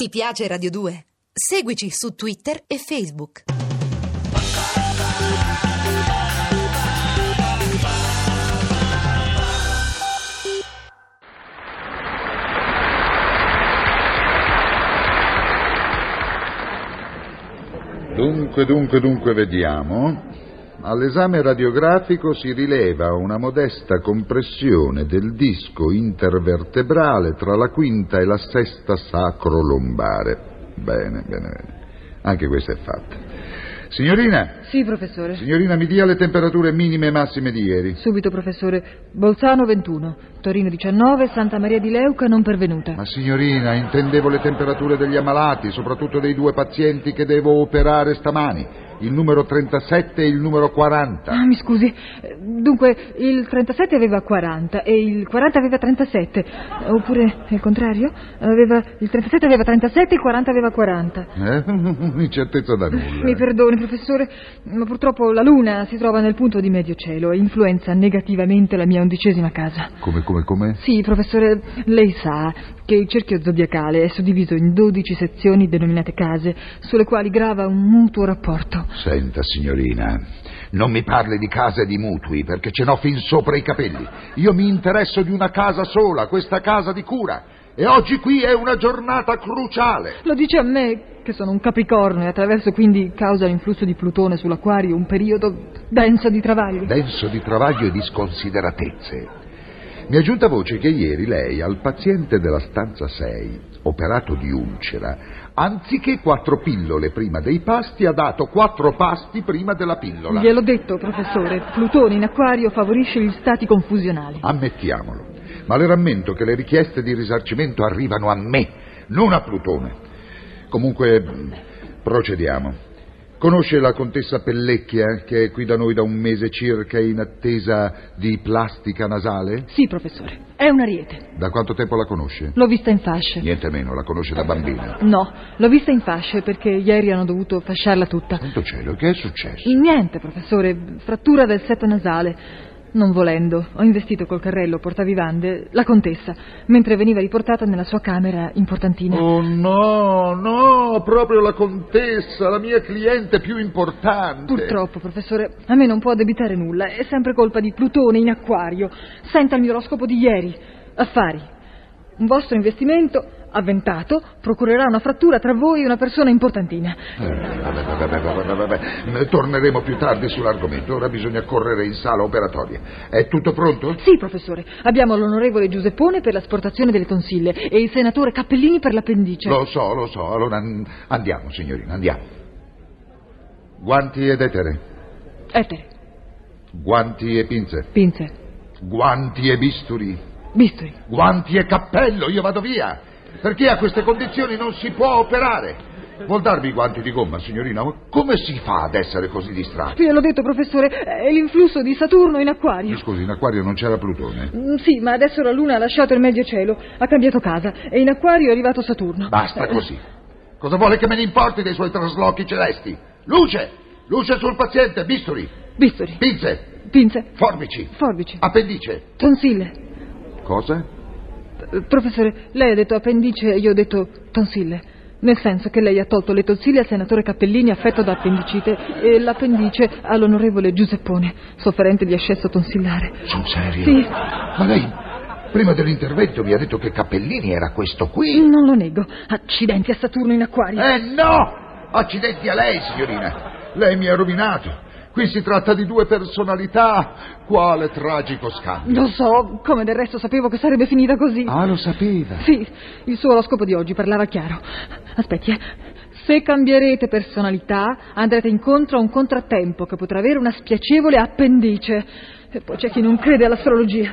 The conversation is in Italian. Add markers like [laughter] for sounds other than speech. Ti piace Radio 2? Seguici su Twitter e Facebook. Dunque, dunque, dunque, vediamo. All'esame radiografico si rileva una modesta compressione del disco intervertebrale tra la quinta e la sesta sacrolombare. Bene, bene, bene. Anche questa è fatta. Signorina, Sì, professore. signorina, mi dia le temperature minime e massime di ieri. Subito, professore. Bolzano 21, Torino 19, Santa Maria di Leuca non pervenuta. Ma signorina, intendevo le temperature degli ammalati, soprattutto dei due pazienti che devo operare stamani, il numero 37 e il numero 40. Ah, mi scusi. Eh, Dunque, il 37 aveva 40 e il 40 aveva 37. Oppure, è il contrario? Aveva, il 37 aveva 37 e il 40 aveva 40. Eh? [laughs] Incertezza da nulla. Mi perdoni, professore, ma purtroppo la Luna si trova nel punto di medio cielo e influenza negativamente la mia undicesima casa. Come, come, come? Sì, professore, lei sa che il cerchio zodiacale è suddiviso in 12 sezioni denominate case, sulle quali grava un mutuo rapporto. Senta, signorina, non mi parli di case e di mutui, perché ce n'ho fin sopra i capelli. Io mi interesso di una casa sola, questa casa di cura. E oggi qui è una giornata cruciale. Lo dice a me che sono un capricorno e attraverso quindi causa l'influsso di Plutone sull'acquario un periodo denso di travagli. Denso di travaglio e di sconsideratezze. Mi è giunta voce che ieri lei al paziente della stanza 6, operato di ulcera, anziché quattro pillole prima dei pasti, ha dato quattro pasti prima della pillola. Gliel'ho detto, professore, Plutone in acquario favorisce gli stati confusionali. Ammettiamolo. Ma le rammento che le richieste di risarcimento arrivano a me, non a Plutone. Comunque, mh, procediamo. Conosce la contessa Pellecchia, che è qui da noi da un mese circa in attesa di plastica nasale? Sì, professore, è un ariete. Da quanto tempo la conosce? L'ho vista in fasce. Niente meno, la conosce da bambina. No, l'ho vista in fasce perché ieri hanno dovuto fasciarla tutta. Santo cielo, che è successo? Niente, professore, frattura del setto nasale. Non volendo, ho investito col carrello portavivande la contessa, mentre veniva riportata nella sua camera importantina. Oh no, no, proprio la contessa, la mia cliente più importante. Purtroppo, professore, a me non può debitare nulla, è sempre colpa di Plutone in acquario. Senta il mio oroscopo di ieri. Affari. Un vostro investimento avventato procurerà una frattura tra voi e una persona importantina. Eh, Vabbè, vabbè, vabbè, vabbè, vabbè. Ne Torneremo più tardi sull'argomento. Ora bisogna correre in sala operatoria. È tutto pronto? Sì, professore, abbiamo l'onorevole Giuseppone per l'asportazione delle tonsille e il senatore Cappellini per l'appendice. Lo so, lo so. Allora an- andiamo, signorina, andiamo. Guanti ed etere. Etere, Guanti e pinze. pinze, Guanti e bisturi. bisturi. Guanti e cappello. Io vado via. Perché a queste condizioni non si può operare. Vuol darmi i guanti di gomma, signorina? Ma Come si fa ad essere così distratti? Sì, l'ho detto, professore, è l'influsso di Saturno in Mi acquario. scusi, in acquario non c'era Plutone. Mm, Sì, ma adesso la Luna ha lasciato il medio cielo, ha cambiato casa e in acquario è arrivato Saturno. Basta così. Cosa vuole che me ne importi dei suoi traslochi celesti? Luce! Luce sul paziente, bisturi, Bisturi, pinze, pinze, forbici, forbici, appendice. tonsille. Cosa? Eh, Professore, lei ha detto appendice e io ho detto tonsille. Nel senso che lei ha tolto le tonsille al senatore Cappellini affetto da appendicite e l'appendice all'onorevole Giuseppone, sofferente di ascesso tonsillare. Sul serio? Sì. Ma lei, prima dell'intervento, mi ha detto che Cappellini era questo qui? Non lo nego. Accidenti a Saturno in acquario. Eh no! Accidenti a lei, signorina. Lei mi ha rovinato. Qui si tratta di due personalità. Quale tragico scambio. Lo so, come del resto sapevo che sarebbe finita così. Ah, lo sapeva. Sì, il suo oroscopo di oggi parlava chiaro. Aspetti, eh. Se cambierete personalità, andrete incontro a un contrattempo che potrà avere una spiacevole appendice. E poi c'è chi non crede all'astrologia.